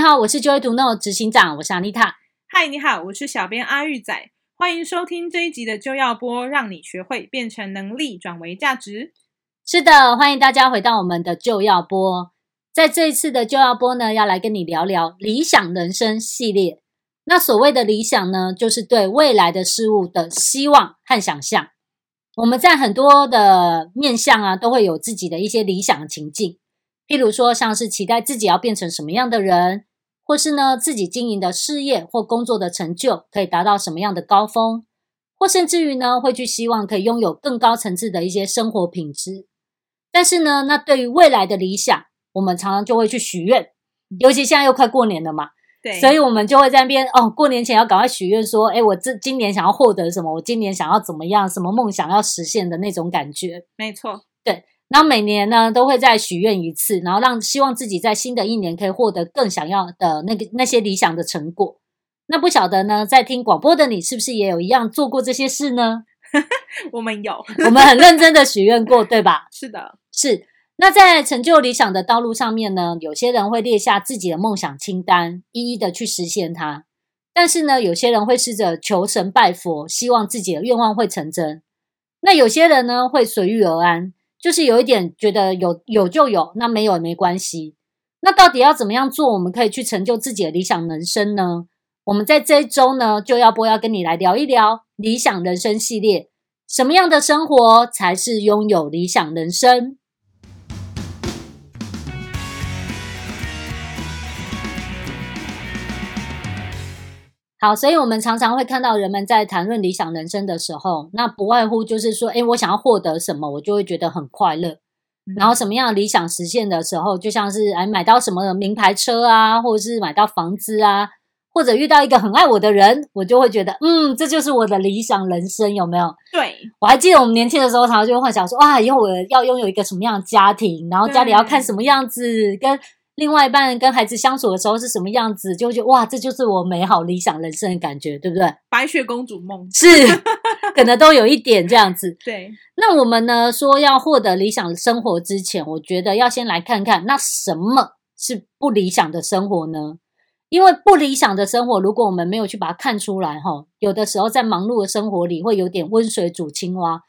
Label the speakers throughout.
Speaker 1: 好，我是 Joy Do No 执行长，我是 Anita。
Speaker 2: 嗨，你好，我是小编阿玉仔，欢迎收听这一集的就要播，让你学会变成能力转为价值。
Speaker 1: 是的，欢迎大家回到我们的就要播。在这一次的就要播呢，要来跟你聊聊理想人生系列。那所谓的理想呢，就是对未来的事物的希望和想象。我们在很多的面向啊，都会有自己的一些理想情境，譬如说像是期待自己要变成什么样的人，或是呢自己经营的事业或工作的成就可以达到什么样的高峰，或甚至于呢会去希望可以拥有更高层次的一些生活品质。但是呢，那对于未来的理想，我们常常就会去许愿，尤其现在又快过年了嘛，
Speaker 2: 对，
Speaker 1: 所以我们就会在那边哦，过年前要赶快许愿，说，哎，我这今年想要获得什么，我今年想要怎么样，什么梦想要实现的那种感觉。
Speaker 2: 没错，
Speaker 1: 然后每年呢，都会再许愿一次，然后让希望自己在新的一年可以获得更想要的那个那些理想的成果。那不晓得呢，在听广播的你是不是也有一样做过这些事呢？
Speaker 2: 我们有，
Speaker 1: 我们很认真的许愿过，对吧？
Speaker 2: 是的，
Speaker 1: 是。那在成就理想的道路上面呢，有些人会列下自己的梦想清单，一一的去实现它。但是呢，有些人会试着求神拜佛，希望自己的愿望会成真。那有些人呢，会随遇而安，就是有一点觉得有有就有，那没有也没关系。那到底要怎么样做，我们可以去成就自己的理想人生呢？我们在这一周呢，就要播要跟你来聊一聊理想人生系列，什么样的生活才是拥有理想人生？好，所以我们常常会看到人们在谈论理想人生的时候，那不外乎就是说，诶，我想要获得什么，我就会觉得很快乐。然后什么样的理想实现的时候，就像是哎买到什么名牌车啊，或者是买到房子啊，或者遇到一个很爱我的人，我就会觉得，嗯，这就是我的理想人生，有没有？
Speaker 2: 嗯对，
Speaker 1: 我还记得我们年轻的时候，常常就会幻想说，啊哇，以后我要拥有一个什么样的家庭，然后家里要看什么样子，跟另外一半、跟孩子相处的时候是什么样子，就会觉得哇，这就是我美好理想人生的感觉，对不对？
Speaker 2: 白雪公主梦，
Speaker 1: 是，可能都有一点这样子。
Speaker 2: 对，
Speaker 1: 那我们呢，说要获得理想生活之前，我觉得要先来看看那什么是不理想的生活呢？因为不理想的生活，如果我们没有去把它看出来，哈，有的时候在忙碌的生活里会有点温水煮青蛙，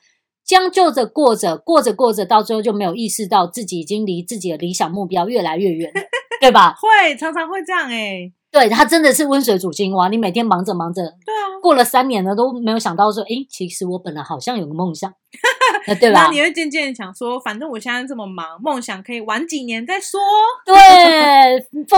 Speaker 1: 将就着过着，过着过着，到最后就没有意识到自己已经离自己的理想目标越来越远了，对吧？
Speaker 2: 会常常会这样哎，
Speaker 1: 对，它真的是温水煮青蛙，你每天忙着忙着，
Speaker 2: 对啊，
Speaker 1: 过了三年了都没有想到说，诶，其实我本来好像有个梦想，呃对
Speaker 2: 那
Speaker 1: 吧
Speaker 2: 你？会渐渐想说，反正我现在这么忙，梦想可以晚几年再说。
Speaker 1: 对，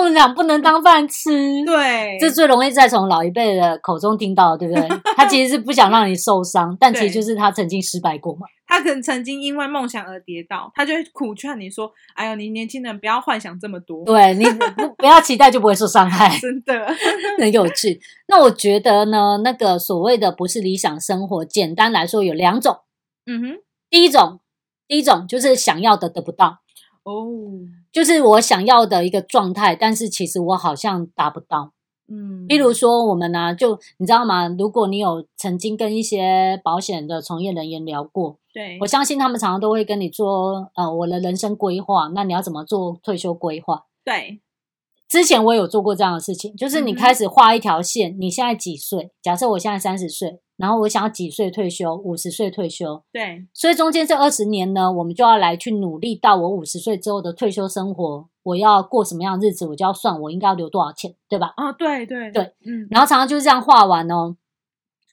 Speaker 1: 梦想不能当饭吃。
Speaker 2: 对，
Speaker 1: 这最容易再从老一辈的口中听到，对不对？他其实是不想让你受伤，但其实就是他曾经失败过嘛。
Speaker 2: 他可能曾经因为梦想而跌倒，他就会苦劝你说：“哎呦，你年轻人不要幻想这么多。
Speaker 1: 对你不不要期待，就不会受伤害”。
Speaker 2: 真的，
Speaker 1: 很有趣。那我觉得呢，那个所谓的不是理想生活，简单来说有两种。
Speaker 2: 嗯哼，
Speaker 1: 第一种，第一种就是想要的得不到，
Speaker 2: 哦，
Speaker 1: 就是我想要的一个状态，但是其实我好像达不到。
Speaker 2: 嗯，
Speaker 1: 例如说，我们呢、啊就你知道吗？如果你有曾经跟一些保险的从业人员聊过，
Speaker 2: 对
Speaker 1: 我，相信他们常常都会跟你说，呃，我的人生规划，那你要怎么做退休规划？
Speaker 2: 对，
Speaker 1: 之前我有做过这样的事情，就是你
Speaker 2: 嗯哼
Speaker 1: 开始画一条线，你现在几岁？假设我现在三十岁，然后我想要几岁退休？五十岁退休，
Speaker 2: 对，
Speaker 1: 所以中间这二十年呢，我们就要来去努力到我五十岁之后的退休生活，我要过什么样的日子，我就要算我应该要留多少钱，对吧？
Speaker 2: 哦，对对
Speaker 1: 对，
Speaker 2: 嗯，
Speaker 1: 然后常常就是这样画完哦。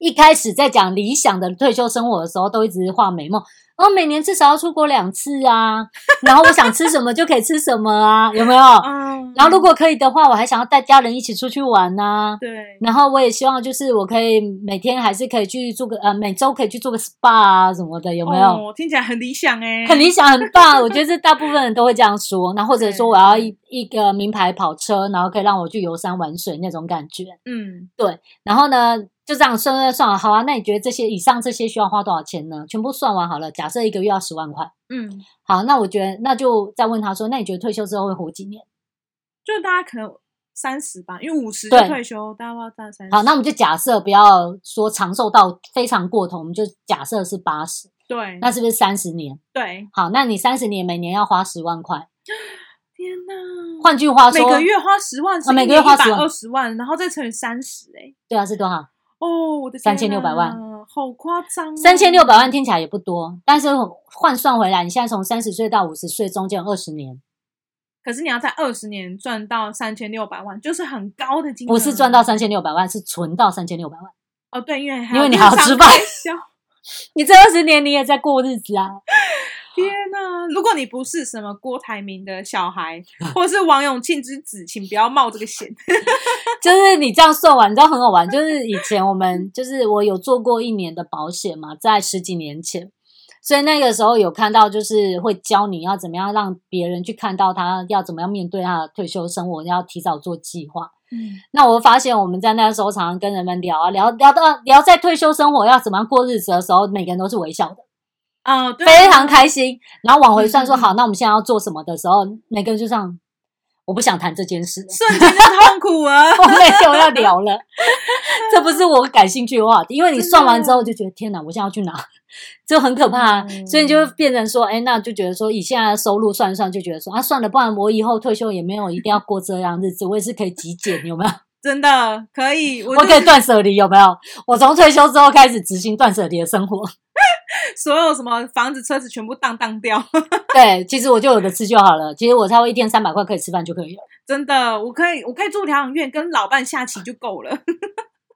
Speaker 1: 一开始在讲理想的退休生活的时候，都一直画美梦，然后每年至少要出国两次啊，然后我想吃什么就可以吃什么啊，有没有？
Speaker 2: 嗯，
Speaker 1: 然后如果可以的话，我还想要带家人一起出去玩呐、
Speaker 2: 对，
Speaker 1: 然后我也希望就是我可以每天还是可以去做个呃每周可以去做个 SPA 啊什么的，有没有？
Speaker 2: 哦，听起来很理想哎，
Speaker 1: 很理想，很棒。我觉得这大部分人都会这样说，然后或者说我要一一个名牌跑车，然后可以让我去游山玩水那种感觉。
Speaker 2: 嗯，
Speaker 1: 然后呢，就这样算算算好啊。那你觉得这些以上这些需要花多少钱呢？全部算完好了，假设一个月要十万块。
Speaker 2: 嗯，
Speaker 1: 好，那我觉得那就再问他说，那你觉得退休之后会活几年？
Speaker 2: 就大家可能三十吧，因为五十就
Speaker 1: 对
Speaker 2: 退休，大家要到三十。
Speaker 1: 好，那我们就假设不要说长寿到非常过头，我们就假设是八十，
Speaker 2: 对
Speaker 1: 那是不是三十年？
Speaker 2: 对，
Speaker 1: 好，那你三十年每年要花十万块，
Speaker 2: 天哪！
Speaker 1: 换句话
Speaker 2: 每
Speaker 1: 说，
Speaker 2: 个月花十万是
Speaker 1: 啊
Speaker 2: 一
Speaker 1: 每
Speaker 2: 年
Speaker 1: 个月花
Speaker 2: 120
Speaker 1: 10万
Speaker 2: 二十万，然后再乘以三十，哎，
Speaker 1: 对啊是多少？
Speaker 2: 哦，我的天
Speaker 1: 3600
Speaker 2: 哪
Speaker 1: 万，
Speaker 2: 好夸张、哦，
Speaker 1: 三千六百万听起来也不多，但是换算回来，你现在从三十岁到五十岁中间有二十年，
Speaker 2: 可是你要在二十年赚到三千六百万，就是很高的金额。
Speaker 1: 不是赚到三千六百万，是存到三千六百万。
Speaker 2: 哦，对，因为
Speaker 1: 因为你还要
Speaker 2: 还要
Speaker 1: 吃
Speaker 2: 日常
Speaker 1: 饭
Speaker 2: 开销。
Speaker 1: 你这二十年你也在过日子啊，
Speaker 2: 天哪！如果你不是什么郭台铭的小孩， 或是王永庆之子，请不要冒这个险。
Speaker 1: 就是你这样算完，你知道很好玩。就是以前我们就是我有做过一年的保险嘛，在十几年前，所以那个时候有看到，就是会教你要怎么样让别人去看到他要怎么样面对他的退休生活，要提早做计划。
Speaker 2: 嗯，
Speaker 1: 那我发现我们在那个时候常常跟人们聊啊聊聊到聊在退休生活要怎么样过日子的时候，每个人都是微笑的，
Speaker 2: 啊、对啊
Speaker 1: 非常开心。然后往回算说
Speaker 2: 嗯嗯嗯
Speaker 1: 好，那我们现在要做什么的时候，每个人就这样，我不想谈这件事了。
Speaker 2: 瞬间就痛 苦了。
Speaker 1: 我没有哦要聊了，这不是我感兴趣的话题。因为你
Speaker 2: 真的啊
Speaker 1: 算完之后就觉得天哪，我现在要去哪， 这很可怕、啊。
Speaker 2: 嗯
Speaker 1: 所以你就会变成说，哎，那就觉得说，以现在的收入算一算，就觉得说啊，算了，不然我以后退休也没有一定要过这样日子，我也是可以极简，有没有？
Speaker 2: 真的可以，我
Speaker 1: 我
Speaker 2: 就
Speaker 1: 可以断舍离，有没有？我从退休之后开始执行断舍离的生活。
Speaker 2: 所有什么房子、车子全部荡荡掉。
Speaker 1: 对，其实我就有的吃就好了。其实我差不多一天三百块可以吃饭就可以了。
Speaker 2: 真的，我可以，我可以住疗养院，跟老伴下棋就够了。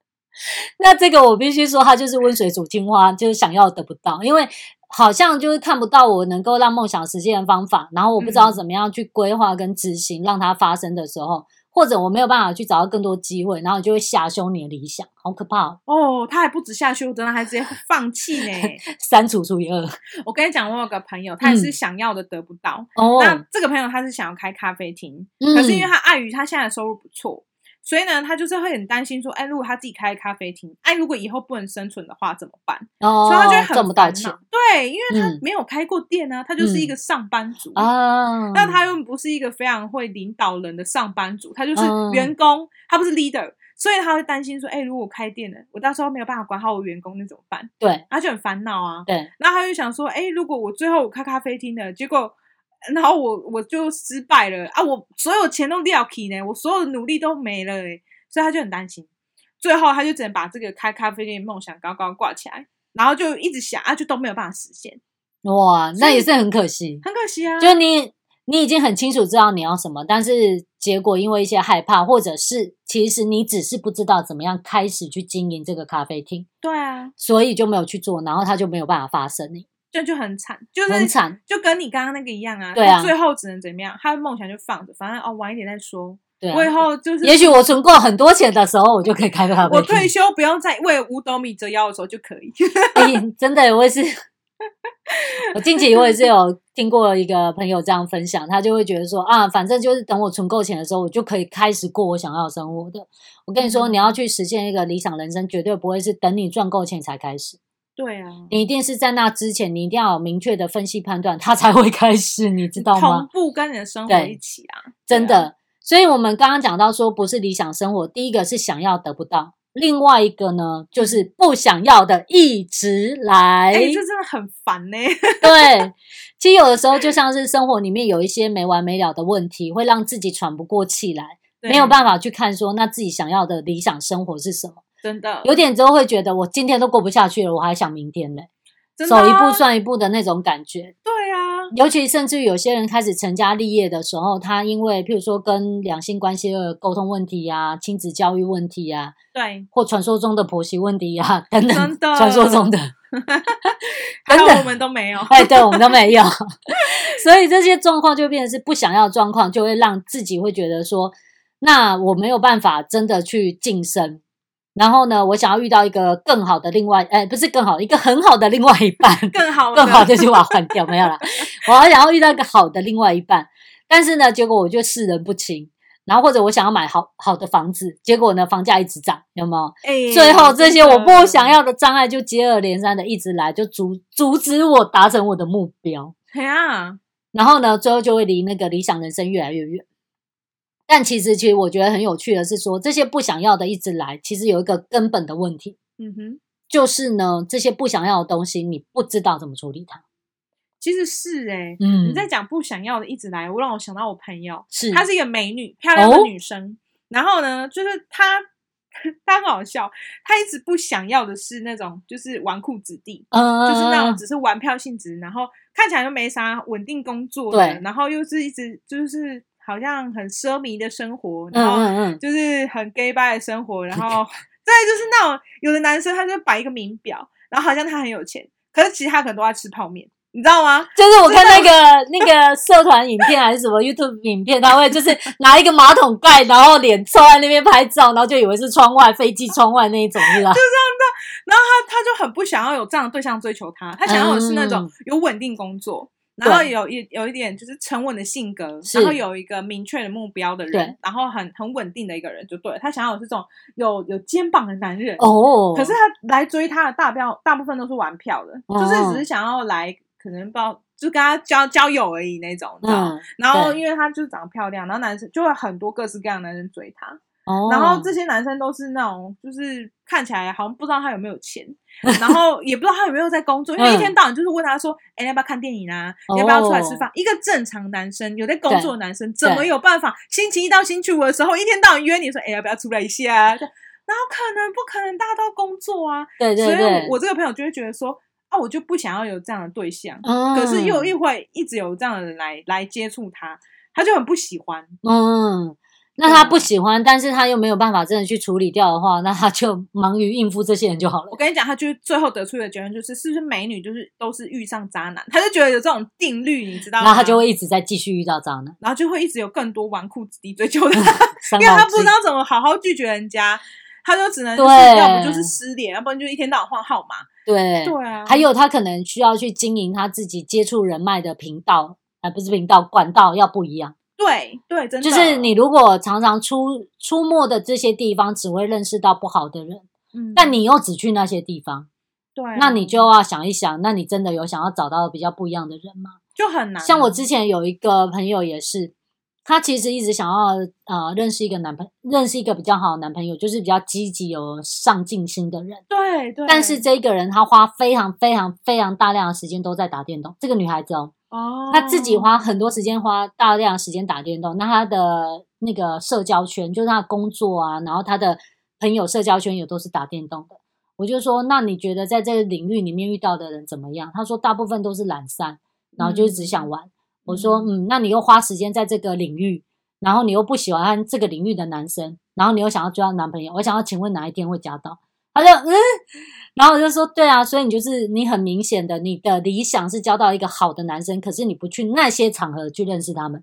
Speaker 1: 那这个我必须说，它就是温水煮青蛙，就是想要得不到，因为好像就是看不到我能够让梦想实现的方法，然后我不知
Speaker 2: 嗯
Speaker 1: 道怎么样去规划跟执行，让它发生的时候，或者我没有办法去找到更多机会，然后你就会下修你的理想，好可怕、哦！
Speaker 2: 哦，他还不止下修，真的还直接放弃呢。
Speaker 1: 删除除以二
Speaker 2: 我跟你讲，我有个朋友，他也是想要的得不到。
Speaker 1: 嗯哦，
Speaker 2: 那这个朋友他是想要开咖啡厅，
Speaker 1: 嗯
Speaker 2: 可是因为他碍于他现在的收入不错，所以呢，他就是会很担心说，哎，如果他自己开咖啡厅，哎，如果以后不能生存的话怎么办？
Speaker 1: 哦
Speaker 2: 所以他就会很
Speaker 1: 赚不
Speaker 2: 烦
Speaker 1: 到
Speaker 2: 恼
Speaker 1: 钱。
Speaker 2: 对，因为他
Speaker 1: 嗯
Speaker 2: 没有开过店啊，他就是一个上班族。
Speaker 1: 啊，
Speaker 2: 那他又不是一个非常会领导人的上班族，他就是
Speaker 1: 嗯
Speaker 2: 员工，他不是 leader，所以他会担心说，哎、如果我开店了，我到时候没有办法管好我员工，那怎么办？
Speaker 1: 对
Speaker 2: 他就很烦恼啊。
Speaker 1: 对
Speaker 2: 然后他就想说，哎、如果我最后我开咖啡厅了，结果，然后我我就失败了啊，我所有钱都掉起呢，我所有的努力都没了、欸，所以他就很担心。最后他就只能把这个开咖啡店的梦想高高挂起来，然后就一直想啊，就都没有办法实现，
Speaker 1: 哇，那
Speaker 2: 所以
Speaker 1: 也是很可惜。
Speaker 2: 很可惜啊。
Speaker 1: 就是你你已经很清楚知道你要什么，但是结果因为一些害怕，或者是其实你只是不知道怎么样开始去经营这个咖啡厅，
Speaker 2: 对啊，
Speaker 1: 所以就没有去做，然后它就没有办法发生，
Speaker 2: 这就很惨，就是
Speaker 1: 很惨。
Speaker 2: 就跟你刚刚那个一样啊，
Speaker 1: 对
Speaker 2: 他
Speaker 1: 啊
Speaker 2: 最后只能怎么样？他的梦想就放着，反正哦，晚一点再说。
Speaker 1: 对、啊
Speaker 2: 我，以后就是，
Speaker 1: 也许我存够很多钱的时候，我就可以开个咖啡
Speaker 2: 我退
Speaker 1: 厅。
Speaker 2: 休不用再为五斗米折腰的时候就可以。
Speaker 1: 哎真的，我也是。我近期我也是有听过一个朋友这样分享，他就会觉得说啊，反正就是等我存够钱的时候，我就可以开始过我想要的生活的。我跟你说，
Speaker 2: 嗯
Speaker 1: 你要去实现一个理想人生，绝对不会是等你赚够钱才开始。
Speaker 2: 对啊，
Speaker 1: 你一定是在那之前，你一定要有明确的分析判断，它才会开始，你知道
Speaker 2: 同
Speaker 1: 吗？
Speaker 2: 步跟你的生活
Speaker 1: 对
Speaker 2: 一起啊，
Speaker 1: 真
Speaker 2: 对啊
Speaker 1: 的。所以我们刚刚讲到说，不是理想生活，第一个是想要得不到，另外一个呢就是不想要的一直来。
Speaker 2: 哎、这真的很烦呢、
Speaker 1: 对，其实有的时候就像是生活里面有一些没完没了的问题，会让自己喘不过气来，
Speaker 2: 对
Speaker 1: 没有办法去看说那自己想要的理想生活是什么。
Speaker 2: 真的
Speaker 1: 有点之后会觉得，我今天都过不下去了，我还想明天呢，
Speaker 2: 真的啊
Speaker 1: 走一步算一步的那种感觉。
Speaker 2: 对啊，
Speaker 1: 尤其甚至有些人开始成家立业的时候，他因为譬如说跟两性关系的沟通问题呀、亲子教育问题呀、
Speaker 2: 对，
Speaker 1: 或传说中的婆媳问题呀、啊等等，
Speaker 2: 真的
Speaker 1: 传说中的，
Speaker 2: 还
Speaker 1: 真
Speaker 2: 有
Speaker 1: 的
Speaker 2: 我们都没 有。
Speaker 1: 哎，对我们都没有，所以这些状况就变成是不想要的状况，就会让自己会觉得说，那我没有办法真的去晋升。然后呢，我想要遇到一个更好的另外，哎，不是更好，一个很好的另外一半，
Speaker 2: 更好的，
Speaker 1: 更好这句话换掉，没有啦。我还想要遇到一个好的另外一半，但是呢，结果我就世人不清。然后或者我想要买好好的房子，结果呢房价一直涨，有没有？
Speaker 2: 哎
Speaker 1: 最后这些我不想。
Speaker 2: 真的
Speaker 1: 要的障碍就接二连三的一直来，就阻阻止我达成我的目标。
Speaker 2: 哎呀，
Speaker 1: 然后呢，最后就会离那个理想人生越来越远。但其实，其实我觉得很有趣的是说，这些不想要的一直来，其实有一个根本的问题，
Speaker 2: 嗯哼，
Speaker 1: 就是呢，这些不想要的东西，你不知道怎么处理它。
Speaker 2: 其实是哎、
Speaker 1: 嗯，
Speaker 2: 你在讲不想要的一直来，我让我想到我朋友，
Speaker 1: 是
Speaker 2: 她是一个美女，漂亮的
Speaker 1: 哦
Speaker 2: 女生。然后呢，就是她，她很好笑，她一直不想要的是那种就是纨绔子弟，
Speaker 1: 呃，
Speaker 2: 就是那种只是玩票性质，然后看起来就没啥稳定工作的，
Speaker 1: 对
Speaker 2: 然后又是一直就是好像很奢靡的生
Speaker 1: 嗯
Speaker 2: 活，然后
Speaker 1: 嗯嗯，
Speaker 2: 就是很 gay bye 的生活，然后对，就是那种有的男生他就摆一个名表，然后好像他很有钱，可是其实他可能都在吃泡面，你知道吗？
Speaker 1: 就是我看那个那个社团影片还是什么 YouTube 影片，他会就是拿一个马桶盖，然后脸凑在那边拍照，然后就以为是窗外飞机窗外那一种，是吧？
Speaker 2: 然后他他就很不想要有这样的对象追求他，他想要的是那种
Speaker 1: 嗯
Speaker 2: 有稳定工作，
Speaker 1: 对
Speaker 2: 然后有一有一点就是沉稳的性格，
Speaker 1: 是
Speaker 2: 然后有一个明确的目标的人
Speaker 1: 对，
Speaker 2: 然后很很稳定的一个人就对了，他想要的是这种有有肩膀的男人。
Speaker 1: 哦，
Speaker 2: 可是他来追他的大票大部分都是玩票的，
Speaker 1: 哦
Speaker 2: 就是只是想要来可能报就跟他交交友而已那种，你知道吗
Speaker 1: 嗯，
Speaker 2: 然后
Speaker 1: 对
Speaker 2: 因为他就是长得漂亮，然后男生就会很多各式各样的男生追他，
Speaker 1: 哦，
Speaker 2: 然后这些男生都是那种，就是看起来好像不知道他有没有钱， 然后也不知道他有没有在工作，因为一天到晚就是问他说：“哎、你要不要看电影啊？
Speaker 1: 嗯哦
Speaker 2: 你要不要出来吃饭？”一个正常男生有在工作的男生，怎么有办法星期一到星期五的时候一天到晚约你说：“哎、要不要出来一下、啊？”这样然后可能不可能大家都要工作啊，
Speaker 1: 对对
Speaker 2: 所以
Speaker 1: 对，
Speaker 2: 我我这个朋友就会觉得说：“啊，我就不想要有这样的对象，
Speaker 1: 嗯，
Speaker 2: 可是又一会一直有这样的人来来接触他，他就很不喜欢。”
Speaker 1: 嗯，那他
Speaker 2: 对
Speaker 1: 不喜欢，但是他又没有办法真的去处理掉的话，那他就忙于应付这些人就好了
Speaker 2: 我。跟你讲，他就是最后得出的结论就是，是不是美女就是都是遇上渣男，他就觉得有这种定律，你知道
Speaker 1: 然
Speaker 2: 吗？
Speaker 1: 后他就，会一直在继续遇到渣男，
Speaker 2: 然后就会一直有更多纨绔子弟追 求他，
Speaker 1: 伤
Speaker 2: 因为他
Speaker 1: 脑
Speaker 2: 不知
Speaker 1: 筋。
Speaker 2: 道怎么好好拒绝人家，他就只能就是
Speaker 1: 对
Speaker 2: 要不就是失联，要不然就一天到晚换号码。
Speaker 1: 对，
Speaker 2: 对啊，
Speaker 1: 还有他可能需要去经营他自己接触人脉的频道，啊、不是频道，管道要不一样。
Speaker 2: 对对，真的
Speaker 1: 就是你，如果常常出出没的这些地方，只会认识到不好的人，
Speaker 2: 嗯
Speaker 1: 但你又只去那些地方，
Speaker 2: 对啊，
Speaker 1: 那你就要想一想，那你真的有想要找到比较不一样的人吗？
Speaker 2: 就很难。啊
Speaker 1: 像我之前有一个朋友也是，她其实一直想要呃认识一个男朋认识一个比较好的男朋友，就是比较积极有上进心的人。
Speaker 2: 对对，
Speaker 1: 但是这个人她花非常非常非常大量的时间都在打电动，这个女孩子哦，
Speaker 2: 哦，
Speaker 1: 她自己花很多时间花大量的时间打电动，那她的那个社交圈就是她的工作啊，然后她的朋友社交圈也都是打电动的。我就说，那你觉得在这个领域里面遇到的人怎么样？她说大部分都是懒散，然后就是只想玩。我说，嗯，那你又花时间在这个领域，然后你又不喜欢这个领域的男生，然后你又想要追到男朋友，我想要请问哪一天会夹到？他就嗯，然后我就说，对啊，所以你就是你很明显的，你的理想是交到一个好的男生，可是你不去那些场合去认识他们，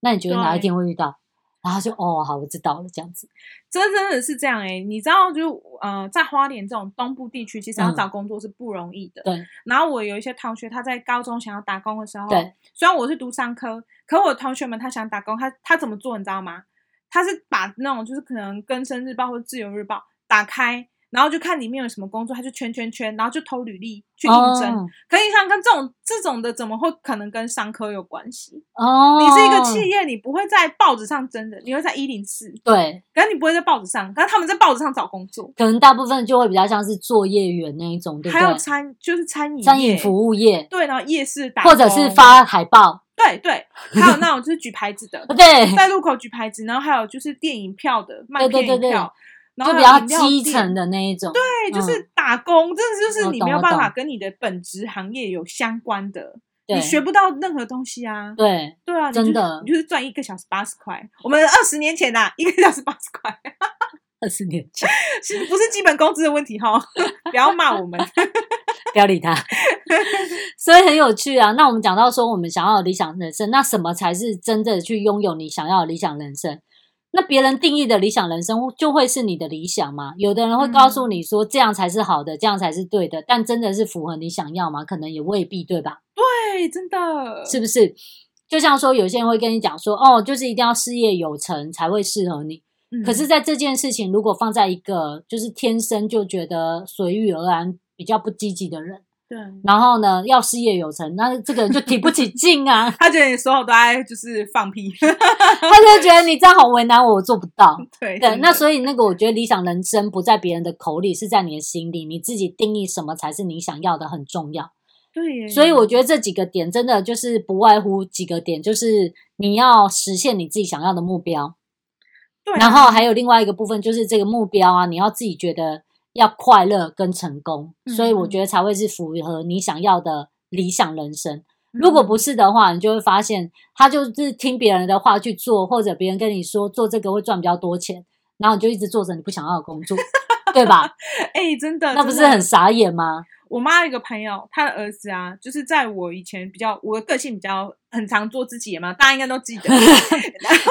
Speaker 1: 那你觉得哪一
Speaker 2: 对
Speaker 1: 天会遇到？然后他就哦，好，我知道了，这样子，
Speaker 2: 这真的是这样哎、你知道就，呃，在花莲这种东部地区，其实要
Speaker 1: 嗯
Speaker 2: 找工作是不容易的。
Speaker 1: 对。
Speaker 2: 然后我有一些同学，他在高中想要打工的时候，
Speaker 1: 对，
Speaker 2: 虽然我是读商科，可我同学们他想打工，他他怎么做你知道吗？他是把那种就是可能《更生日报》或《自由日报》打开，然后就看里面有什么工作，他就圈圈圈，然后就投履历去应征。
Speaker 1: 哦
Speaker 2: 可以想看这种这种的怎么会可能跟商科有关系？
Speaker 1: 哦，
Speaker 2: 你是一个企业，你不会在报纸上真的，你会在一零四。
Speaker 1: 对，
Speaker 2: 可是你不会在报纸上，可是他们在报纸上找工作，
Speaker 1: 可能大部分就会比较像是作业员那一种，对不
Speaker 2: 还有
Speaker 1: 对？
Speaker 2: 餐就是餐饮业
Speaker 1: 餐饮服务业，
Speaker 2: 对，然后夜市打工，
Speaker 1: 或者是发海报，，
Speaker 2: 对对，还有那种就是举牌子的
Speaker 1: 对，
Speaker 2: 在路口举牌子，然后还有就是电影票的卖
Speaker 1: 对对
Speaker 2: 电影
Speaker 1: 对对
Speaker 2: 票， 然
Speaker 1: 就
Speaker 2: 后
Speaker 1: 比
Speaker 2: 还有
Speaker 1: 较
Speaker 2: 饮料
Speaker 1: 基
Speaker 2: 店
Speaker 1: 层的那一种，对，
Speaker 2: 对，就是打工，真的就是
Speaker 1: 我
Speaker 2: 你
Speaker 1: 懂
Speaker 2: 没有
Speaker 1: 我
Speaker 2: 办法
Speaker 1: 懂
Speaker 2: 跟你的本职行业有相关的，
Speaker 1: 对
Speaker 2: 你学不到任何东西啊。
Speaker 1: 对，
Speaker 2: 对啊，你就
Speaker 1: 真
Speaker 2: 是
Speaker 1: 的
Speaker 2: 你就是赚一个小时八十块。我们二十年前呐、一个小时八十块，
Speaker 1: 二十年前，
Speaker 2: 是不是基本工资的问题哈？ 不要骂 我们。
Speaker 1: 不要理他。 所以很有趣啊。那我们讲到说，我们想要的理想人生，那什么才是真的去拥有你想要的理想人生？那别人定义的理想人生就会是你的理想吗？有的人会告诉你说这样才是好的，这样才是对的，但真的是符合你想要吗？可能也未必，对吧？
Speaker 2: 对，真的
Speaker 1: 是不是？就像说，有些人会跟你讲说，哦，就是一定要事业有成才会适合你。
Speaker 2: 嗯
Speaker 1: 可是，在这件事情，如果放在一个就是天生就觉得随遇而安、比较不积极的人，
Speaker 2: 对，，
Speaker 1: 然后呢，要事业有成，那这个人就提不起劲啊
Speaker 2: 他觉得你所有都在就是放屁。
Speaker 1: 他就觉得你这样好为难我，我做不到。
Speaker 2: 对
Speaker 1: 对，那
Speaker 2: 以
Speaker 1: 所以那个，我觉得理想人生不在别人的口里，是在你的心里，你自己定义什么才是你想要的很重要。
Speaker 2: 对耶，
Speaker 1: 所以我觉得这几个点真的就是不外乎几个点，就是你要实现你自己想要的目标，
Speaker 2: 对啊，
Speaker 1: 然后还有另外一个部分就是这个目标啊，你要自己觉得要快乐跟成功，
Speaker 2: 嗯
Speaker 1: 所以我觉得才会是符合你想要的理想人
Speaker 2: 嗯
Speaker 1: 生。如果不是的话，你就会发现他就是听别人的话去做，或者别人跟你说做这个会赚比较多钱，然后你就一直做着你不想要的工 作，对吧？
Speaker 2: 嗯，哎、真的，
Speaker 1: 那不
Speaker 2: 真
Speaker 1: 是
Speaker 2: 的
Speaker 1: 很傻眼吗？
Speaker 2: 我妈有一个朋友，她的儿子啊，就是在我以前比较我的个性比较很常做自己嘛，大家应该 都记得。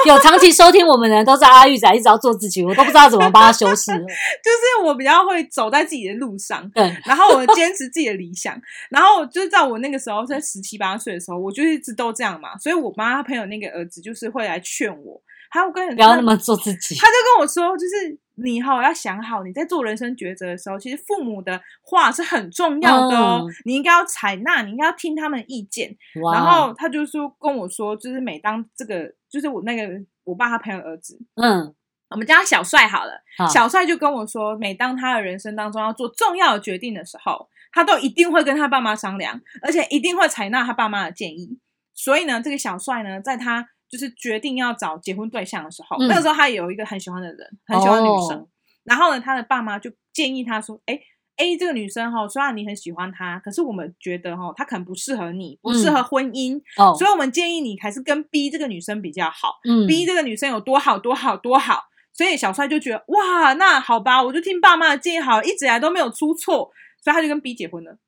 Speaker 1: 有长期收听我们的人都知道阿玉仔一直要做自己，我都不知道怎么帮他修饰了。
Speaker 2: 就是我比较会走在自己的路上，
Speaker 1: 对，
Speaker 2: 然后我坚持自己的理想，然后就是在我那个时候在十七八岁的时候，我就一直都这样嘛，所以我妈她朋友那个儿子就是会来劝我，还有跟
Speaker 1: 不要那么做自己。
Speaker 2: 他就跟我说，就是你哈、要想好，你在做人生抉择的时候，其实父母的话是很重要的哦，
Speaker 1: 嗯
Speaker 2: 你应该要采纳，你应该要听他们的意见，
Speaker 1: 哇，
Speaker 2: 然后他就说跟我说，就是每当这个，就是我那个我爸他朋友的儿子，
Speaker 1: 嗯，
Speaker 2: 我们叫他小帅好了。
Speaker 1: 好，
Speaker 2: 小帅就跟我说，每当他的人生当中要做重要的决定的时候，他都一定会跟他爸妈商量，而且一定会采纳他爸妈的建议。所以呢，这个小帅呢，在他就是决定要找结婚对象的时候，
Speaker 1: 嗯
Speaker 2: 那个时候他也有一个很喜欢的人，很喜欢的女生。
Speaker 1: 哦
Speaker 2: 然后呢，他的爸妈就建议他说：“哎。” A 这个女生哈、哦虽然你很喜欢她，可是我们觉得哦哈、她可能不适合你，不
Speaker 1: 嗯
Speaker 2: 适合婚姻，
Speaker 1: 哦
Speaker 2: 所，以我们建议你还是跟 B 这个女生比较好。
Speaker 1: 嗯，
Speaker 2: B 这个女生有多好多好多好，所以小帅就觉得哇，那好吧，我就听爸妈的建议好了，一直以来都没有出错，所以他就跟 B 结婚了。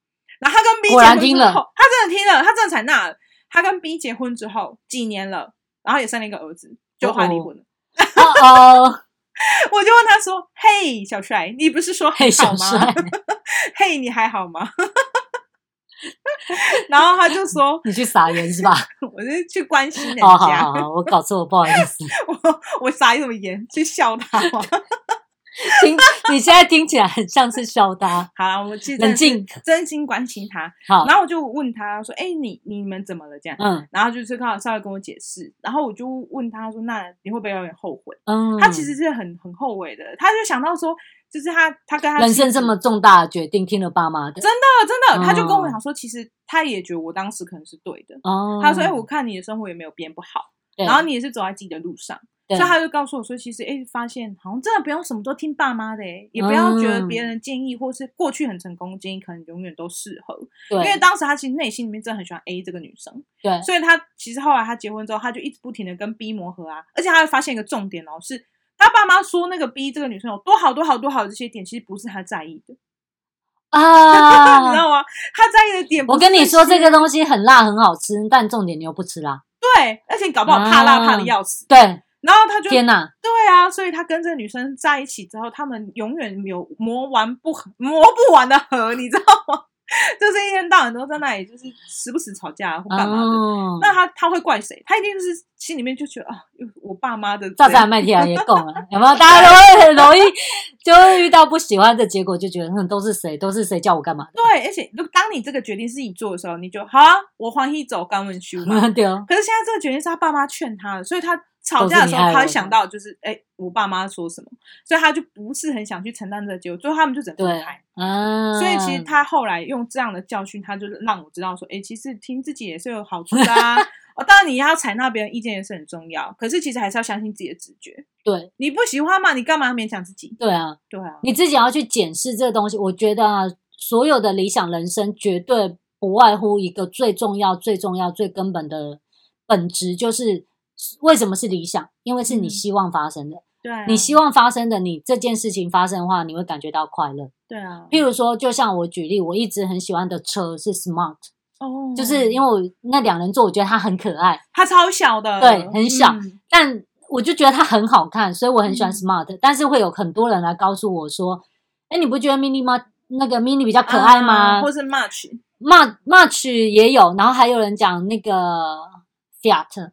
Speaker 2: 然后他跟 B
Speaker 1: 果
Speaker 2: 结
Speaker 1: 然
Speaker 2: 婚
Speaker 1: 听
Speaker 2: 之
Speaker 1: 了
Speaker 2: 后，他真的听了，他真的采纳了。他跟 B 结婚之后几年了，然后也生了一个儿子，就快离婚了。
Speaker 1: 哦哦，
Speaker 2: 我就问他说：“嘿，小帅，你不是说
Speaker 1: 嘿，
Speaker 2: 很好
Speaker 1: 小
Speaker 2: 吗？
Speaker 1: 帅，
Speaker 2: 嘿，你还好吗？”然后他就说
Speaker 1: 你去撒盐 是吧？：“
Speaker 2: 我是去关心人家。
Speaker 1: 哦，好好好，我搞错，了，不好意思。
Speaker 2: 我 我撒什么盐去笑他哦吗？
Speaker 1: 听你现在听起来很像是笑他。
Speaker 2: 好了，我们其实真
Speaker 1: 冷
Speaker 2: 的是
Speaker 1: 静，
Speaker 2: 真心关心他。
Speaker 1: 好，
Speaker 2: 然后我就问他说：“哎、你你们怎么了？”这样，
Speaker 1: 嗯
Speaker 2: 然后就是刚好稍微跟我解释，然后我就问他说：“那你会不会有点后悔？”
Speaker 1: 嗯，
Speaker 2: 他其实是很很后悔的，他就想到说，就是他他跟他
Speaker 1: 人
Speaker 2: 妻
Speaker 1: 生
Speaker 2: 子
Speaker 1: 这么重大的决定，听了爸妈的，
Speaker 2: 真的真的，他就跟我
Speaker 1: 嗯
Speaker 2: 讲说，其实他也觉得我当时可能是对的。
Speaker 1: 哦，
Speaker 2: 他说：“哎、我看你的生活也没有变不好，
Speaker 1: 对，
Speaker 2: 然后你也是走在自己的路上。”
Speaker 1: 对
Speaker 2: 所以他就告诉我说，其实哎、诶发现好像真的不用什么都听爸妈的、诶也不要觉得别人的建议或是过去很成功的建议，可能永远都适合。因为
Speaker 1: 对
Speaker 2: 当时他其实内心里面真的很喜欢 A 这个女生，
Speaker 1: 对，
Speaker 2: 所以他其实后来他结婚之后，他就一直不停的跟 B 磨合啊，而且他会发现一个重点哦，是他爸妈说那个 B 这个女生有多好多好多好的这些点，其实不是他在意的， 你知
Speaker 1: 啊，
Speaker 2: 道吗？他在意的点不是
Speaker 1: 我跟你说，
Speaker 2: 些
Speaker 1: 这个东西很辣，很好吃，但重点你又不吃啦。
Speaker 2: 对，而且你搞不好怕辣怕的
Speaker 1: 啊
Speaker 2: 要死，
Speaker 1: 对，
Speaker 2: 然后他就
Speaker 1: 天哪，
Speaker 2: 对啊，所以他跟这个女生在一起之后，他们永远有磨完不合磨不完的河，你知道吗？ 就是一天到晚都在那里，就是时不时吵架或干嘛的。
Speaker 1: 哦，
Speaker 2: 那他他会怪谁？他一定就是心里面就觉得啊，又我爸妈的
Speaker 1: 照样麦啊田也够了，有没 有？大家都会很容易就会遇到不喜欢的结果，就觉得嗯，都是谁，都是谁叫我干嘛 的？
Speaker 2: 对，而且如当你这个决定是你做的时候，你就好、啊，我欢喜走甘文修 嘛。
Speaker 1: 对哦，
Speaker 2: 可是现在这个决定是他爸妈劝他的，所以他吵架的时候
Speaker 1: 都是你害，我
Speaker 2: 他会想到就是哎、我爸妈说什么，所以他就不是很想去承担这个结果，最后他们就整个分
Speaker 1: 对
Speaker 2: 开。
Speaker 1: 啊，
Speaker 2: 所以其实他后来用这样的教训，他就是让我知道说，哎、其实听自己也是有好处 的啊。哦，当然你要采纳别人意见也是很重要，可是其实还是要相信自己的直觉。
Speaker 1: 对
Speaker 2: 你不喜欢嘛，你干嘛勉强自己？
Speaker 1: 对啊，
Speaker 2: 对啊，
Speaker 1: 你自己要去检视这个东西。我觉得啊，所有的理想人生绝对不外乎一个最重要、最重要、最根本的本质，就是为什么是理想？因为是你
Speaker 2: 嗯
Speaker 1: 希望发生的，
Speaker 2: 对啊，
Speaker 1: 你希望发生的，你这件事情发生的话，你会感觉到快乐。
Speaker 2: 对 啊，
Speaker 1: 譬如说，就像我举例，我一直很喜欢的车是 Smart。
Speaker 2: 哦，
Speaker 1: 就是因
Speaker 2: 为
Speaker 1: 为我那两人座，我觉得它很可爱，
Speaker 2: 它超小的，
Speaker 1: 对很小
Speaker 2: 嗯
Speaker 1: 但我就觉得它很好看，所以我很喜欢
Speaker 2: 嗯
Speaker 1: Smart、但是会有很多人来告诉我说：“哎，你不觉得 Mini 吗？那个 Mini 比较可爱吗
Speaker 2: 啊或是 March，
Speaker 1: ？”March March 也有，然后还有人讲那个 Fiat，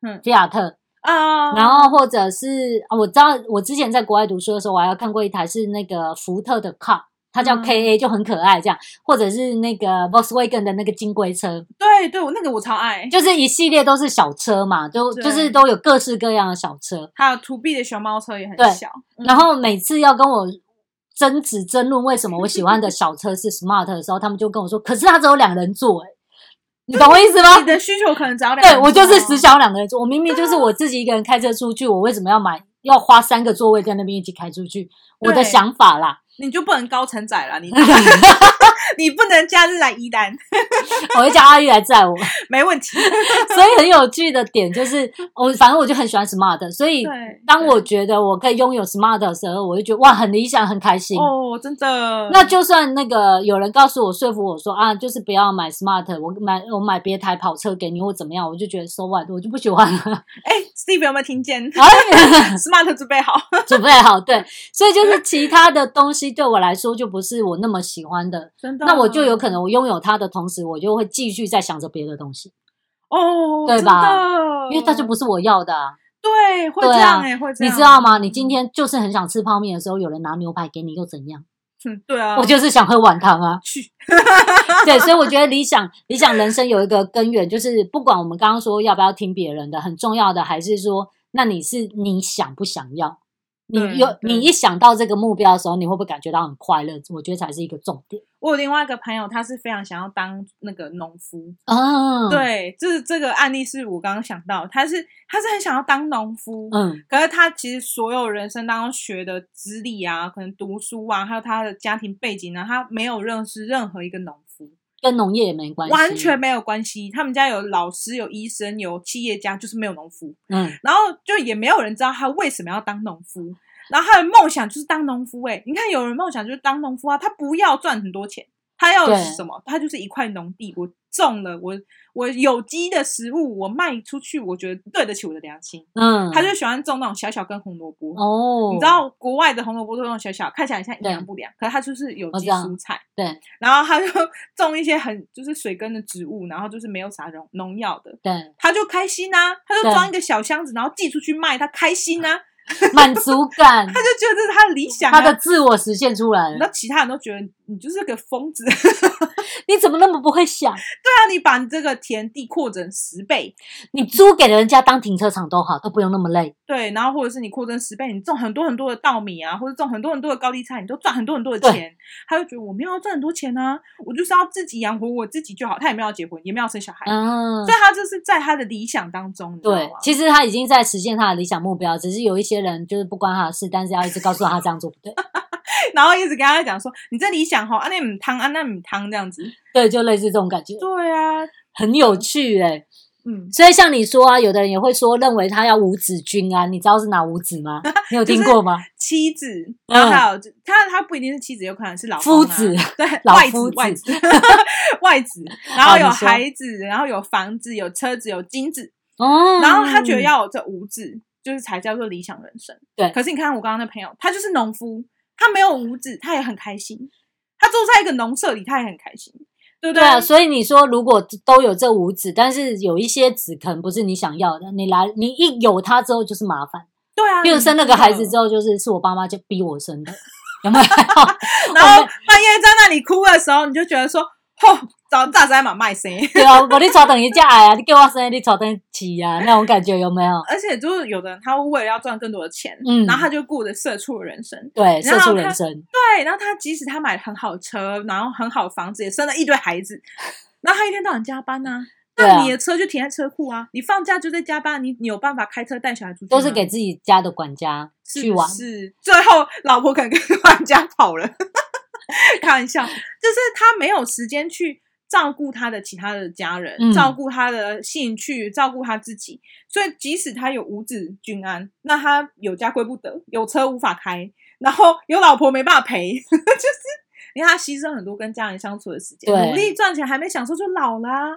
Speaker 2: 嗯
Speaker 1: 菲亚特，
Speaker 2: 啊，
Speaker 1: 然后或者是啊我知道我之前在国外读书的时候，我还有看过一台是那个福特的 Car。它叫
Speaker 2: 嗯
Speaker 1: KA 就很可爱，这样，或者是那个 Volkswagen 的那个金龟车，
Speaker 2: 对对，我那个我超爱，
Speaker 1: 就是一系列都是小车嘛，都
Speaker 2: 对
Speaker 1: 就是都有各式各样的小车。
Speaker 2: 还有 To B 的熊猫车也很
Speaker 1: 对
Speaker 2: 小，嗯
Speaker 1: 然后每次要跟我争执争论为什么我喜欢的小车是 smart 的时候，他们就跟我说，可是它只有两人座、欸，你懂我意思 吗？
Speaker 2: 你的需求可能只要两哦
Speaker 1: 对
Speaker 2: 人
Speaker 1: 我就是
Speaker 2: 座
Speaker 1: 只想两个人坐，我明明就是
Speaker 2: 啊
Speaker 1: 我自己一个人开车出去，我为什么要买要花三个座位在那边一起开出去？我的
Speaker 2: 对
Speaker 1: 想法 啦，
Speaker 2: 你就不能高承载了，你 你不能假日来宜兰，
Speaker 1: 我会叫阿玉来载我。
Speaker 2: 没 问题。
Speaker 1: 所以很有趣的点就是，我反正我就很喜欢 smart，所以
Speaker 2: 对，
Speaker 1: 当我觉得我可以拥有 smart 的时候，我就觉得哇，很理想，很开心。
Speaker 2: 哦，真的，
Speaker 1: 那就算那个有人告诉我说服我说啊，就是不要买 smart，我买我买别台跑车给你或怎么样，我就觉得 so what，我就不喜欢了。
Speaker 2: 哎，Steve 有没有听见
Speaker 1: 哎，
Speaker 2: ？Smart 准备好，
Speaker 1: 准备好对，所以就是其他的东西对我来说就不是我那么喜欢的，
Speaker 2: 真的，
Speaker 1: 那我就有可能我拥有它的同时，我就会继续在想着别的东西，
Speaker 2: 哦，
Speaker 1: 对吧
Speaker 2: 真的
Speaker 1: 因为它就不是我要的、啊。
Speaker 2: 对，会
Speaker 1: 对
Speaker 2: 这
Speaker 1: 啊
Speaker 2: 样哎，嗯会这
Speaker 1: 你
Speaker 2: 样，
Speaker 1: 知道吗？你今天就是很想吃泡面的时候，有人拿牛排给你又怎样？
Speaker 2: 嗯，对啊，
Speaker 1: 我就是想喝碗汤啊。
Speaker 2: 去，
Speaker 1: 对，所以我觉得理想理想人生有一个根源，就是不管我们刚刚说要不要听别人的，很重要的还是说，那你是你想不想要？你
Speaker 2: 对
Speaker 1: 有
Speaker 2: 对
Speaker 1: 你一想到这个目标的时候，你会不会感觉到很快乐？我觉得才是一个重点。
Speaker 2: 我有另外一个朋友，他是非常想要当那个农夫，
Speaker 1: 嗯，，
Speaker 2: 对，就是这个案例是我刚刚想到，他是他是很想要当农夫，
Speaker 1: 嗯
Speaker 2: 可是他其实所有人生当中学的资历啊，可能读书啊，还有他的家庭背景呢、啊他没有认识任何一个农夫，
Speaker 1: 跟农业也没关系，
Speaker 2: 完全没有关系。他们家有老师、有医生、有企业家，就是没有农夫。
Speaker 1: 嗯，
Speaker 2: 然后就也没有人知道他为什么要当农夫。然后他的梦想就是当农夫、欸，你看有人梦想就是当农夫啊，他不要赚很多钱，他要的是
Speaker 1: 对
Speaker 2: 什么？他就是一块农地，我种了，我我有机的食物，我卖出去，我觉得对得起我的良心。
Speaker 1: 嗯，
Speaker 2: 他就喜欢种那种小小根红萝卜，
Speaker 1: 哦，
Speaker 2: 你知道国外的红萝卜都那种小小，看起来很像营
Speaker 1: 对
Speaker 2: 养不良，可是它就是有
Speaker 1: 我
Speaker 2: 机
Speaker 1: 知道
Speaker 2: 蔬菜。
Speaker 1: 对
Speaker 2: 然后他就 种一些很就是水根的植物，然后就是没有啥农农药的，
Speaker 1: 对，
Speaker 2: 他就开心呐、他就
Speaker 1: 对
Speaker 2: 装一个小箱子，然后寄出去卖，他开心呐、
Speaker 1: 满足感，
Speaker 2: 他就觉得这是他的理想、
Speaker 1: 嗯
Speaker 2: 啊。
Speaker 1: 他的自我实现出来
Speaker 2: 那
Speaker 1: 了。
Speaker 2: 其他人都觉得你就是个疯子， 对
Speaker 1: 你怎么那么不会想？
Speaker 2: 啊，你把你这个田地扩整十倍，
Speaker 1: 你租给人家当停车场都好，都不用那么累。
Speaker 2: 对，然后或者是你扩增十倍，你种很多很多的稻米啊，或者种很多很多的高丽菜，你都赚很多很多的钱。他就觉得我没有要赚很多钱啊，我就是要自己养活我自己就好。他也没有要结婚，也没有要生小孩，
Speaker 1: 嗯
Speaker 2: 所，以他就是在啊他的理想当中，你知道
Speaker 1: 对
Speaker 2: 吗，
Speaker 1: 其实他已经在实现他的理想目标，只是有一些人就是不关他的事，但是要一直告诉他这样做不 对。
Speaker 2: 然后一直跟他讲说，你这理想吼，啊那米汤啊那米汤这样子。
Speaker 1: 对，就类似这种感觉，
Speaker 2: 对啊，
Speaker 1: 很有趣哎、
Speaker 2: 嗯，
Speaker 1: 所以像你说啊，有的人也会说认为他要五子君啊，你知道是哪五子吗？你有听过吗？
Speaker 2: 妻子，
Speaker 1: 嗯
Speaker 2: 然后还有就他他不一定是妻子，有可能是老
Speaker 1: 夫
Speaker 2: 公啊
Speaker 1: 子，
Speaker 2: 对，
Speaker 1: 老
Speaker 2: 外
Speaker 1: 夫
Speaker 2: 子
Speaker 1: 子
Speaker 2: 外子外子，然
Speaker 1: 好
Speaker 2: 后
Speaker 1: 你
Speaker 2: 有
Speaker 1: 说
Speaker 2: 孩子，然后有房子，有车子，有金子，
Speaker 1: 哦，
Speaker 2: 然后他觉得要有这五子，就是才叫做理想人生。
Speaker 1: 对
Speaker 2: 可是你看我刚刚那朋友，他就是农夫，他没有五子，他也很开心，他住在一个农舍里，他也很开心，对不
Speaker 1: 对啊，所以你说如果都有这五子，但是有一些子可能不是你想要的，你来你一有他之后就是麻烦，
Speaker 2: 对啊，
Speaker 1: 比如生了个孩子之
Speaker 2: 后，
Speaker 1: 后，就是是我爸妈就逼我生的，有没有？
Speaker 2: 然后半夜在那里哭的时候，你就觉得说，吼，早大仔嘛卖谁？
Speaker 1: 对啊，我你坐等一下啊，你给我生，你坐等起啊，那种感觉有没有？
Speaker 2: 而且就是有的人，他会为了要赚更多的钱，
Speaker 1: 嗯
Speaker 2: 然后他就过着社畜的人生。
Speaker 1: 对，
Speaker 2: 然
Speaker 1: 社
Speaker 2: 后
Speaker 1: 畜
Speaker 2: 他嗯
Speaker 1: 人生，
Speaker 2: 对，然后他即使他买了很好的车，然后很好的房子，也生了一堆孩子，然后他一天到晚加班呐、
Speaker 1: 对
Speaker 2: 那
Speaker 1: 啊
Speaker 2: 你的车就停在车库啊，你放假就在加班，你你有办法开车带小孩出去吗？
Speaker 1: 都是给自己家的管家
Speaker 2: 是
Speaker 1: 去
Speaker 2: 不
Speaker 1: 玩。
Speaker 2: 是最后老婆可能跟玩家跑了， 开玩笑，就是他没有时间去照顾他的其他的家人，
Speaker 1: 嗯
Speaker 2: 照顾他的兴趣，照顾他自己，所以即使他有五子均安，那他有家归不得，有车无法开，然后有老婆没办法陪， 就是。你看他牺牲很多跟家人相处的时间，
Speaker 1: 对
Speaker 2: 努力赚钱还没享受就老啦、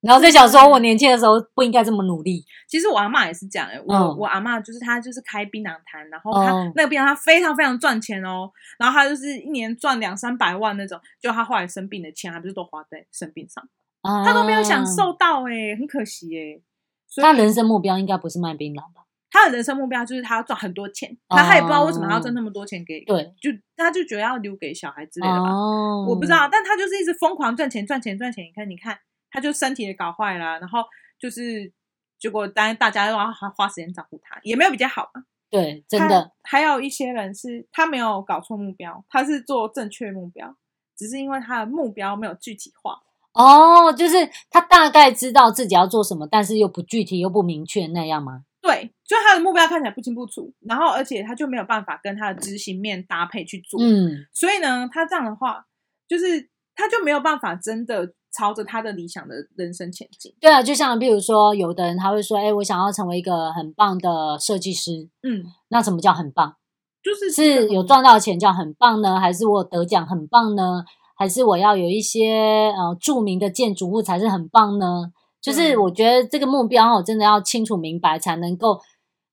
Speaker 1: 然后在想说，我年轻的时候不应该这么努力。
Speaker 2: 其实我阿嬷也是这样、欸，我、
Speaker 1: 嗯
Speaker 2: 我阿嬷就是她就是开槟榔摊，然后她、
Speaker 1: 哦
Speaker 2: 那个槟榔摊非常非常赚钱哦，然后她就是一年赚两三百万那种，就她后来生病的钱还不是都花在生病上，
Speaker 1: 他
Speaker 2: 她都没有享，受到哎、很可惜哎、所以
Speaker 1: 他人生目标应该不是卖槟榔吧？
Speaker 2: 她的人生目标就是她要赚很多钱，她、她也不知道为什么她要赚那么多钱给，
Speaker 1: 对，
Speaker 2: 就她就觉得要留给小孩之类的吧，
Speaker 1: 哦，
Speaker 2: 我不知道，但她就是一直疯狂赚钱赚钱赚钱，你看你看，她就身体也搞坏啊啦，然后就是结果当然大家都要花花时间照顾她，也没有比较好嘛。
Speaker 1: 对，真的，
Speaker 2: 还有一些人是他没有搞错目标，他是做正确目标，只是因为他的目标没有具体化。
Speaker 1: 哦，就是他大概知道自己要做什么，但是又不具体又不明确那样吗？
Speaker 2: 对，就他的目标看起来不清不楚，然后而且他就没有办法跟他的执行面搭配去做，
Speaker 1: 嗯，
Speaker 2: 所以呢，他这样的话，就是他就没有办法真的朝着他的理想的人生前进。
Speaker 1: 对啊，就像比如说，有的人他会说，哎，我想要成为一个很棒的设计师，
Speaker 2: 嗯，
Speaker 1: 那什么叫很棒？
Speaker 2: 就是
Speaker 1: 是有赚到钱叫很棒呢，还是我有得奖很棒呢？还是我要有一些呃著名的建筑物才是很棒呢？就是
Speaker 2: 嗯
Speaker 1: 我觉得这个目标哦，真的要清楚明白，才能够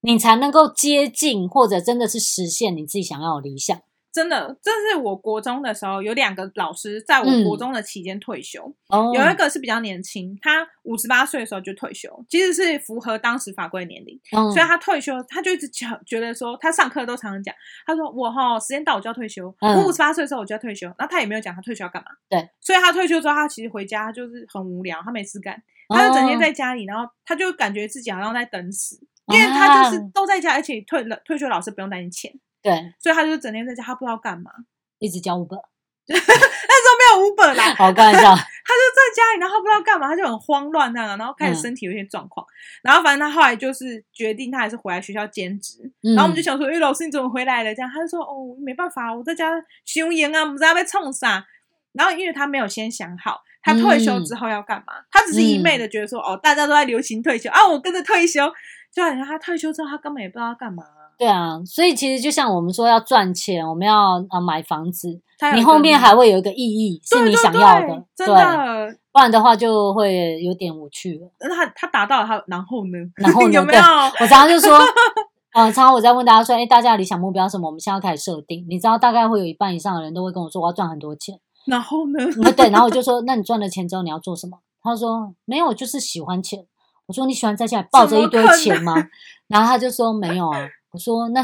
Speaker 1: 你才能够接近或者真的是实现你自己想要的理想。
Speaker 2: 真的，这是我国中的时候有两个老师在我
Speaker 1: 嗯
Speaker 2: 国中的期间退休，
Speaker 1: 哦，
Speaker 2: 有啊一个是比较年轻，他五十八岁的时候就退休，其实是符合当时法规的年龄，
Speaker 1: 嗯
Speaker 2: 所以他退休，他就一直讲，觉得说，他上课都常常讲，他说我哈时间到我就要退休，
Speaker 1: 嗯
Speaker 2: 我五十八岁的时候我就要退休，那他也没有讲他退休要干嘛，
Speaker 1: 对，
Speaker 2: 所以他退休之后，他其实回家他就是很无聊，他没事干，他就整
Speaker 1: 哦
Speaker 2: 天在家里，然后他就感觉自己好像在等死，因为他就是
Speaker 1: 啊
Speaker 2: 都在家，而且退了退休老师不用担心钱，
Speaker 1: 对
Speaker 2: 所以他就整天在家，他不知道干嘛，
Speaker 1: 一直教 Uber，
Speaker 2: 那时候没有五本啦，
Speaker 1: 好开玩笑，
Speaker 2: 他就在家里，然后不知道干嘛，他就很慌乱那样，然后开始
Speaker 1: 嗯
Speaker 2: 身体有一些状况，然后反正他后来就是决定他还是回来学校兼职，
Speaker 1: 嗯
Speaker 2: 然后我们就想说，哎、老师你怎么回来了？这样他就说，哦，没办法，我在家休研啊，不知道被冲啥。然后因为他没有先想好，他退休
Speaker 1: 嗯
Speaker 2: 之后要干嘛，他只是一昧的觉得说，哦，大家都在流行退休啊，我跟着退休，就好像他退休之后，他根本也不知道要干嘛。
Speaker 1: 对啊，所以其实就像我们说要赚钱，我们要呃买房子，
Speaker 2: 他有
Speaker 1: 你
Speaker 2: 一
Speaker 1: 后
Speaker 2: 个
Speaker 1: 面还会有一个意义是
Speaker 2: 哎对
Speaker 1: 你
Speaker 2: 对
Speaker 1: 想
Speaker 2: 对
Speaker 1: 要的，
Speaker 2: 真
Speaker 1: 对，
Speaker 2: 的。
Speaker 1: 不然的话就会有点无趣了。
Speaker 2: 那他他达到了他，然后呢？
Speaker 1: 然后呢
Speaker 2: 有没
Speaker 1: 对
Speaker 2: 有？
Speaker 1: 我常常就 说，呃，常常我在问大家说，哎，大家的理想目标是什么？我们现在要开始设定。你知道，大概会有一半以上的人都会跟我说，我要赚很多钱。
Speaker 2: 然后呢？
Speaker 1: 嗯对，然后我就说，那你赚了钱之后你要做什么？他说没有，我就是喜欢钱。我说你喜欢在家里抱着一堆钱吗？然后他就说没有啊。我说那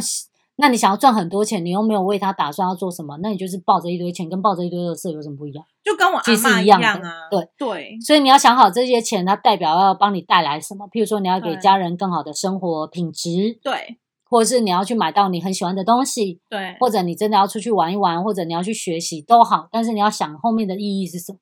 Speaker 1: 那你想要赚很多钱，你又没有为他打算要做什么，那你就是抱着一堆钱跟抱着一堆垃圾有什么不一样？
Speaker 2: 就跟我
Speaker 1: 其
Speaker 2: 阿
Speaker 1: 实
Speaker 2: 妈
Speaker 1: 一样
Speaker 2: 样
Speaker 1: 的
Speaker 2: 啊，
Speaker 1: 对
Speaker 2: 对，
Speaker 1: 所以你要想好这些钱，它代表要帮你带来什么？譬如说，你要给
Speaker 2: 对
Speaker 1: 家人更好的生活品质，
Speaker 2: 对
Speaker 1: 或者是你要去买到你很喜欢的东西，
Speaker 2: 对，
Speaker 1: 或者你真的要出去玩一玩，或者你要去学习都好，但是你要想后面的意义是什么。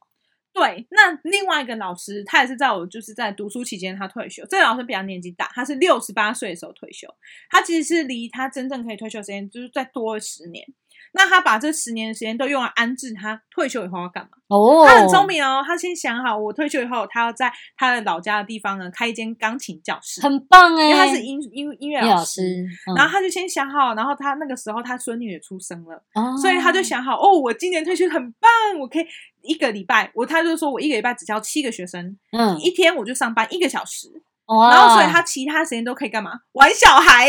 Speaker 2: 对。那另外一个老师，他也是在我就是在读书期间他退休，这个老师比较年纪大，他是六十八岁的时候退休，他其实是离他真正可以退休的时间就是再多了十年。那他把这十年的时间都用来安置他退休以后要干嘛？
Speaker 1: 哦，
Speaker 2: 他很聪，明哦，他先想好，我退休以后，他要在他的老家的地方呢开一间钢琴教室，
Speaker 1: 很棒哎、
Speaker 2: 因为他是音音音乐
Speaker 1: 叶老
Speaker 2: 老师。
Speaker 1: 师，嗯
Speaker 2: 然后他就先想好，然后他那个时候他孙女也出生了，
Speaker 1: 哦
Speaker 2: 所以他就想好哦，我今年退休很棒，我可以一个礼拜，我他就说我一个礼拜只教七个学生，
Speaker 1: 嗯，哦
Speaker 2: 一天我就上班一个小时，
Speaker 1: 哇，
Speaker 2: 然后所以他其他时间都可以干嘛？玩小孩，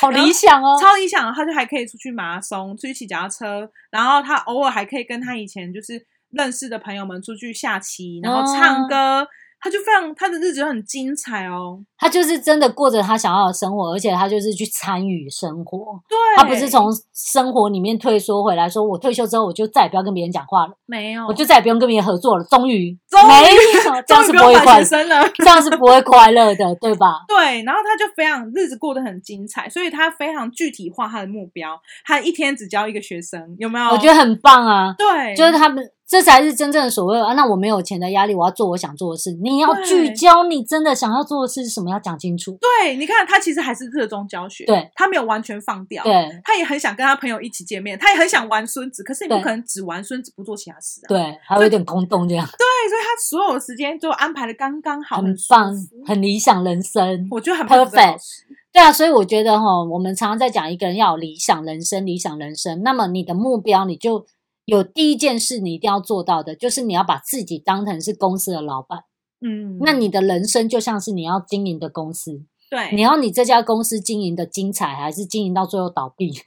Speaker 1: 好理想哦，
Speaker 2: 超理想的，他就还可以出去马拉松，出去骑脚踏车，然后他偶尔还可以跟他以前就是认识的朋友们出去下棋，然
Speaker 1: 哦
Speaker 2: 后唱歌。他就非常，他的日子很精彩哦。
Speaker 1: 他就是真的过着他想要的生活，而且他就是去参与生活，
Speaker 2: 对，
Speaker 1: 他哦不是从生活里面退缩回来，说我退休之后我就再也不要跟别人讲话了，
Speaker 2: 没有，
Speaker 1: 我就再也不用跟别人合作了，终于，
Speaker 2: 终于
Speaker 1: 没有，这样
Speaker 2: 终
Speaker 1: 是
Speaker 2: 于不
Speaker 1: 不会
Speaker 2: 用
Speaker 1: 快
Speaker 2: 管学
Speaker 1: 乐，
Speaker 2: 生了。
Speaker 1: 这样是不会快乐的，对吧？
Speaker 2: 对，然后他就非常日子过得很精彩，所以他非常具体化他的目标，他一天只教一个学生，有没有？
Speaker 1: 我觉得很棒啊，
Speaker 2: 对，
Speaker 1: 就是他们，这才是真正的所谓的啊。那我没有钱的压力，我要做我想做的事。你要
Speaker 2: 对
Speaker 1: 聚焦你真的想要做的事是什么，要讲清楚。
Speaker 2: 对，你看他其实还是热衷教学，
Speaker 1: 对，
Speaker 2: 他没有完全放掉，，
Speaker 1: 对
Speaker 2: 他也很想跟他朋友一起见面，他也很想玩孙子，可是你不
Speaker 1: 对
Speaker 2: 可能只玩孙子不做其他事啊，
Speaker 1: 对，还有一点空洞这样，
Speaker 2: 对，所以他所有的时间都安排的刚刚好，
Speaker 1: 很
Speaker 2: 舒
Speaker 1: 棒
Speaker 2: 服，
Speaker 1: 很理想人生。
Speaker 2: 我觉得很棒
Speaker 1: perfect 对啊，所以我觉得哈，我们常常在讲一个人要有理想人生，理想人生。那么你的目标，你就有第一件事你一定要做到的，就是你要把自己当成是公司的老板。
Speaker 2: 嗯，
Speaker 1: 那你的人生就像是你要经营的公司，
Speaker 2: 对，
Speaker 1: 你要你这家公司经营的精彩，还是经营到最后倒闭， 就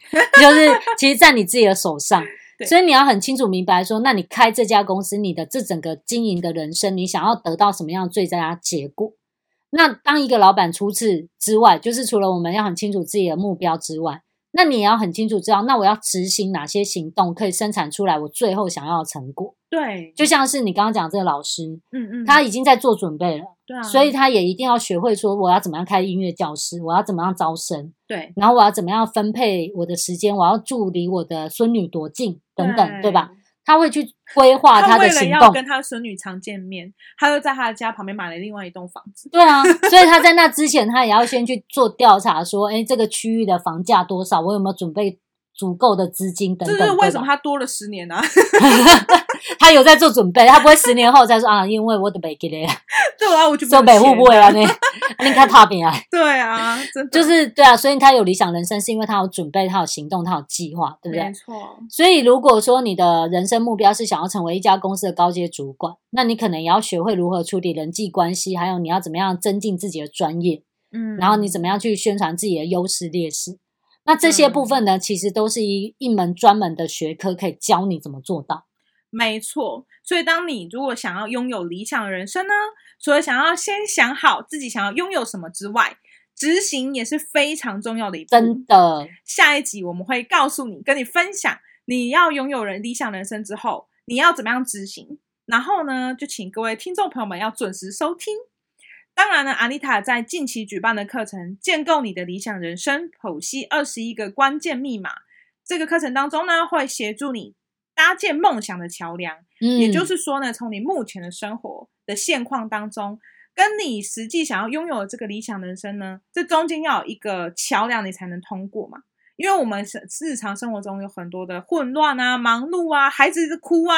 Speaker 1: 是其实在你自己的手上。
Speaker 2: 对
Speaker 1: 所以你要很清楚明白说，那你开这家公司，你的这整个经营的人生，你想要得到什么样的最佳结果？那当一个老板，除此之外，就是除了我们要很清楚自己的目标之外，那你也要很清楚知道，那我要执行哪些行动可以生产出来我最后想要的成果。
Speaker 2: 对，
Speaker 1: 就像是你刚刚讲的这个老师，
Speaker 2: 嗯嗯，
Speaker 1: 他已经在做准备了。
Speaker 2: 对啊，
Speaker 1: 所以他也一定要学会说我要怎么样开音乐教室，我要怎么样招生，
Speaker 2: 对
Speaker 1: 然后我要怎么样分配我的时间，我要住离我的孙女多近等等，对吧？？他会去规划
Speaker 2: 他
Speaker 1: 的
Speaker 2: 为了
Speaker 1: 行
Speaker 2: 要
Speaker 1: 动。
Speaker 2: 跟他孙女常见面，他又在他的家旁边买了另外一栋房子。
Speaker 1: 对啊，所以他在那之前，他也要先去做调查，说，哎，这个区域的房价多少？我有没有准备足够的资金等
Speaker 2: 这
Speaker 1: 等？
Speaker 2: 就是为
Speaker 1: 对
Speaker 2: 什么
Speaker 1: 吧
Speaker 2: 他多了十年啊！
Speaker 1: 他有在做准备，他不会十年后再说啊，因为我的北给嘞，
Speaker 2: 对啊，我就
Speaker 1: 说北
Speaker 2: 北
Speaker 1: 户不会啊， 你你看踏平啊，
Speaker 2: 对啊，真的
Speaker 1: 就是对啊，所以他有理想人生，是因为他有准备，他有行动，他有计划，对不对
Speaker 2: 没？错，
Speaker 1: 所以，如果说你的人生目标是想要成为一家公司的高阶主管，那你可能也要学会如何处理人际关系，还有你要怎么样增进自己的专业，
Speaker 2: 嗯，
Speaker 1: 然后你怎么样去宣传自己的优势劣势。那这些部分
Speaker 2: 嗯
Speaker 1: 呢，其实都是一一门专门的学科，可以教你怎么做到。
Speaker 2: 没错，所以当你如果想要拥有理想的人生呢，除了想要先想好自己想要拥有什么之外，执行也是非常重要的一步。
Speaker 1: 真的，
Speaker 2: 下一集我们会告诉你，跟你分享你要拥有人理想人生之后，你要怎么样执行。然后呢，就请各位听众朋友们要准时收听。当然呢，阿丽塔在近期举办的课程《建构你的理想人生：剖析二十一个关键密码》这个课程当中呢，会协助你搭建梦想的桥梁。
Speaker 1: 嗯，
Speaker 2: 也就是说呢，从你目前的生活的现况当中，跟你实际想要拥有的这个理想人生呢，这中间要有一个桥梁，你才能通过嘛。因为我们是日常生活中有很多的混乱啊、忙碌啊、孩子一直哭啊、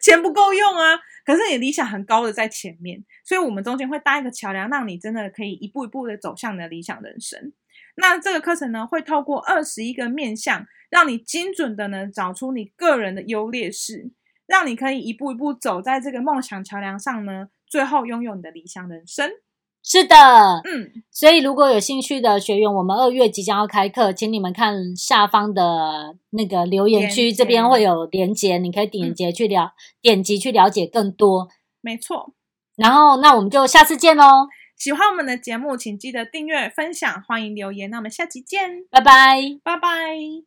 Speaker 2: 钱不够用啊，可是你理想很高的在前面，所以我们中间会搭一个桥梁，让你真的可以一步一步的走向你的理想人生。那这个课程呢，会透过二十一个面向，让你精准的呢找出你个人的优劣势，让你可以一步一步走在这个梦想桥梁上呢，最后拥有你的理想人生。
Speaker 1: 是的，
Speaker 2: 嗯，
Speaker 1: 所以，如果有兴趣的学员，我们二月即将要开课，请你们看下方的那个留言
Speaker 2: 连
Speaker 1: 区，
Speaker 2: 结
Speaker 1: 这边会有连接，你可以
Speaker 2: 嗯
Speaker 1: 点击去了、点击去了解更多。
Speaker 2: 没错。
Speaker 1: 然后，那我们就下次见喽，
Speaker 2: 喜欢我们的节目，请记得订阅、分享，欢迎留言。那我们下期见，
Speaker 1: 拜拜。
Speaker 2: 拜拜。